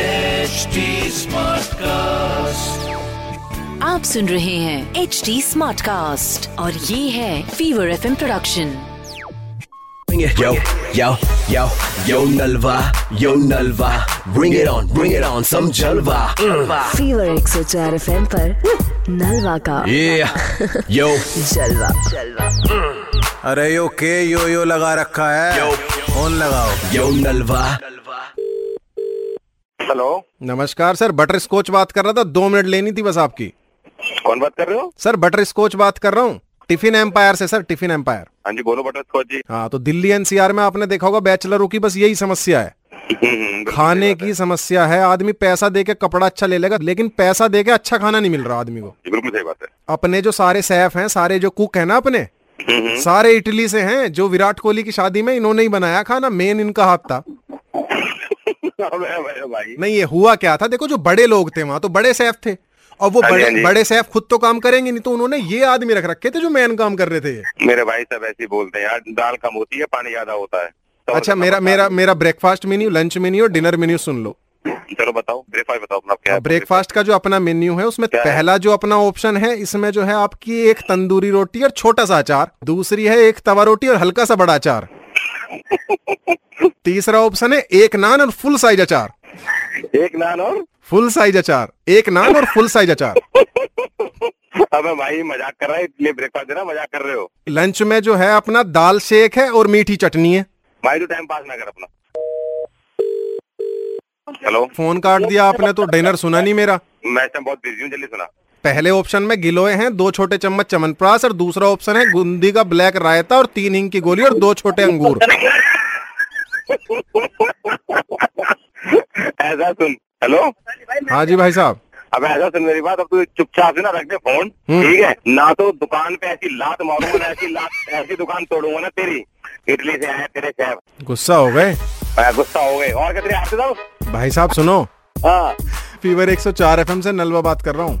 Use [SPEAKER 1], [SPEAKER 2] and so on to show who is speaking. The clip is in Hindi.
[SPEAKER 1] HD Smartcast.
[SPEAKER 2] आप सुन रहे हैं एच डी स्मार्ट कास्ट और ये है Fever F production
[SPEAKER 3] Bring it. Yo, yo, yo, yo, Nalva, yo, Nalva. Bring it on, bring it on, some Jalva. Mm.
[SPEAKER 2] Fever एक सौ चार एफ एम नलवा का
[SPEAKER 3] Yeah, yo,
[SPEAKER 2] जलवा जलवा
[SPEAKER 4] अरे यो के यो यो लगा रखा है
[SPEAKER 3] Yo.
[SPEAKER 4] फोन लगाओ
[SPEAKER 3] yo, Nalva.
[SPEAKER 5] हेलो
[SPEAKER 4] नमस्कार सर बटर स्कॉच बात कर रहा था दो मिनट लेनी थी बस आपकी
[SPEAKER 5] कौन बात कर रहे हो
[SPEAKER 4] सर बटर स्कॉच बात कर रहा हूँ टिफिन एम्पायर से सर टिफिन एम्पायर
[SPEAKER 5] हाँ जी बोलो बटर स्कॉच जी
[SPEAKER 4] हाँ तो दिल्ली एनसीआर में आपने देखा होगा बैचलरों की बस यही समस्या है
[SPEAKER 5] बिल्कुल
[SPEAKER 4] खाने की समस्या है आदमी पैसा दे के कपड़ा अच्छा ले लेगा लेकिन पैसा दे के अच्छा खाना नहीं मिल रहा आदमी को
[SPEAKER 5] जी, बिल्कुल सही बात है
[SPEAKER 4] अपने जो सारे सैफ हैं सारे जो कुक हैं ना अपने सारे इटली से हैं जो विराट कोहली की शादी में इन्होंने ही बनाया खाना मेन इनका हाथ था
[SPEAKER 5] अबे, अबे, भाई
[SPEAKER 4] नहीं ये हुआ क्या था देखो जो बड़े लोग थे वहां तो बड़े सैफ थे और वो
[SPEAKER 5] हाँ जी,
[SPEAKER 4] बड़े
[SPEAKER 5] हाँ जी।
[SPEAKER 4] बड़े सैफ खुद तो काम करेंगे नहीं तो उन्होंने ये आदमी रख रखे थे जो मैन काम कर रहे थे ये।
[SPEAKER 5] मेरे भाई साहब ऐसे ही बोलते हैं यार दाल कम होती है पानी ज्यादा होता है तो और
[SPEAKER 4] अच्छा
[SPEAKER 5] बताओ,
[SPEAKER 4] मेरा
[SPEAKER 5] बताओ।
[SPEAKER 4] मेरा मेरा ब्रेकफास्ट मेन्यू लंच मेन्यू और डिनर मेन्यू सुन लो
[SPEAKER 5] चलो बताओ ब्रेकफास्ट बताओ अपना क्या है?
[SPEAKER 4] ब्रेकफास्ट का जो अपना मेन्यू है उसमें
[SPEAKER 5] क्या है?
[SPEAKER 4] पहला जो अपना ऑप्शन है इसमें जो है आपकी एक तंदूरी रोटी और छोटा सा अचार दूसरी है एक तवा रोटी और हल्का सा बड़ा अचार तीसरा ऑप्शन है एक नान और फुल साइज अचार
[SPEAKER 5] एक नान और
[SPEAKER 4] फुल साइज अचार एक नान और फुल साइज अचार
[SPEAKER 5] अबे भाई मजाक कर रहा है इसलिए ब्रेकफास्ट देना मजाक कर रहे हो
[SPEAKER 4] लंच में जो है अपना दाल शेक है और मीठी चटनी है
[SPEAKER 5] भाई तो टाइम पास ना कर अपना हेलो
[SPEAKER 4] फोन काट दिया आपने तो डिनर सुना नहीं मेरा
[SPEAKER 5] मैं इस time बहुत बिजी हूँ जल्दी सुना
[SPEAKER 4] पहले ऑप्शन में गिलोय हैं दो छोटे चम्मच चमनप्रास और दूसरा ऑप्शन है गुंदी का ब्लैक रायता और तीन हिंग की गोली और दो छोटे अंगूर
[SPEAKER 5] ऐसा सुन हेलो
[SPEAKER 4] हाँ जी भाई साहब
[SPEAKER 5] अब ऐसा सुन मेरी बात अब तू चुपचाप से ना रख दे फोन ठीक है ना तो दुकान पे ऐसी लात मारूंगा ना ऐसी लात ऐसी दुकान तोड़ूंगा ना तेरी इटली से आया तेरे शहर
[SPEAKER 4] गुस्सा हो गए
[SPEAKER 5] मैं गुस्सा हो गए और क्या तेरे हाथ से जाओ
[SPEAKER 4] भाई साहब सुनो
[SPEAKER 5] हाँ
[SPEAKER 4] फीवर 104 एफएम से नलवा बात कर रहा हूँ